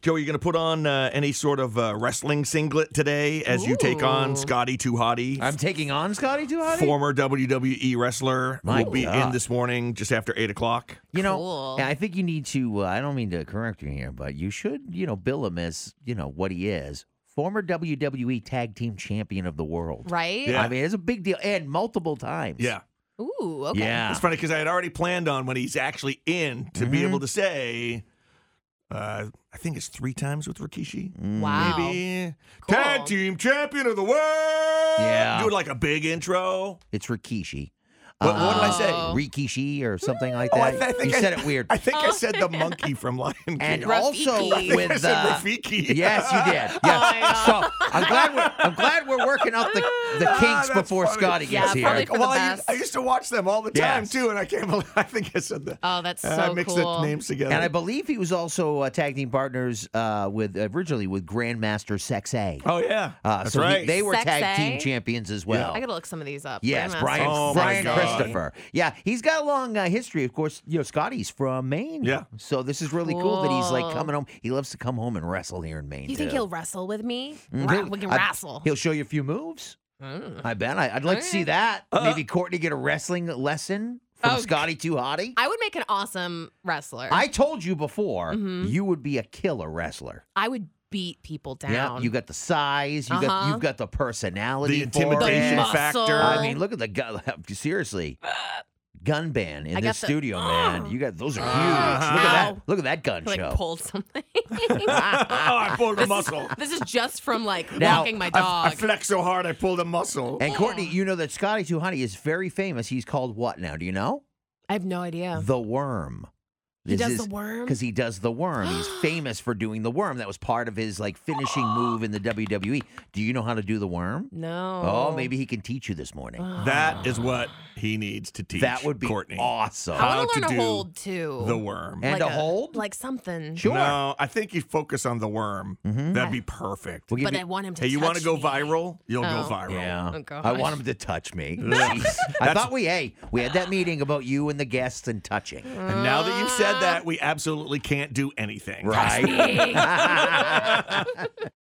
Joe, are you going to put on uh, any sort of uh, wrestling singlet today as you take on Ooh. Scotty Too I'm taking on Scotty too, honey. former WWE wrestler, My will be in God. this morning just after eight o'clock. You know, Cool. and I think you need to. Uh, I don't mean to correct you here, but you should, you know, bill him as, you know, what he is former WWE Tag Team Champion of the World. Right? Yeah. I mean, it's a big deal, and multiple times. Yeah, Ooh, okay. Yeah. it's funny because I had already planned on when he's actually in to be Mhm. able to say, uh, I think it's three times with Rikishi. Mm, Wow. Maybe Cool. tag team champion of the world. Yeah. do like a big intro. It's Rikishi. What- what did I say? Oh. Rikishi or something like Oh, that. I th- I think you I- said it weird. I think I said the monkey from Lion King. Oh. and Rafiki. Oh I also think I I with said uh, Rafiki. Yes, you did. Yes. so I'm glad we're I'm glad we're working out the the Ah, kinks that's before funny. Scotty Yeah, gets probably here. for the well, I, used, best. I used to watch them all the time Yes. too, and I can't believe I think I said that. Oh, that's so Uh, I mixed cool. the names together. And I believe he was also uh, tag team partners uh, with originally with Grandmaster Sex A. oh yeah, Uh, that's so he- right. they were Sex tag A? team champions as well. I gotta look some of these up. Yes, Grandmaster. Brian Oh, my Brian God. Christopher. Yeah, he's got a long uh, history. Of course, you know Scotty's from Maine. Yeah. so this is really cool. that he's like Cool. coming home. He loves to come home and wrestle here in Maine. Do you think too. he'll wrestle with me? Mm, Ra- he'll- we can I- wrestle. He'll show you a few moves. Mm. I bet. I, I'd like to see Alright. that. Uh-huh. Maybe Courtney get a wrestling lesson from Oh, g- Scotty Too Hottie. I, I would make an awesome wrestler. told you before Mhm. you would be a killer wrestler. I would beat people down. Yeah, you got the size. You got Uh-huh. you've got the personality. the for intimidation it. muscle. factor. I Uh-huh. mean, look at the gun. Seriously, gun ban in I got this the- studio, man. You got those are huge. Look Uh-huh. at that. Look at that gun I, like show. pulled something. oh, I pulled a muscle. this is just from like Now, walking my I, I dog. flexed so hard I pulled a muscle. and Courtney, you know that Scotty Too Hottie is very famous. He's called what now? Do you know? I have no idea. The Worm. He does the is- worm? because he does the worm. He's famous for doing the worm. That was part of his like finishing move in the WWE. Do you know how to do the worm? No. Uh, Oh, maybe he can teach you this morning. that is what he needs to teach. that would be Courtney. awesome. I how want to to learn do a hold too. The worm. And a hold? Like something. sure. Mm-hmm. No, I think you focus on the worm. That'd be perfect. We'll give But you- I want him to Hey, you want want to go viral? You'll Oh. go viral. yeah, Oh, gosh. I want him to touch me. Jeez. I thought we hey we had that meeting about you and the guests and touching, And now that Uh. you've said that, we absolutely can't do anything. right?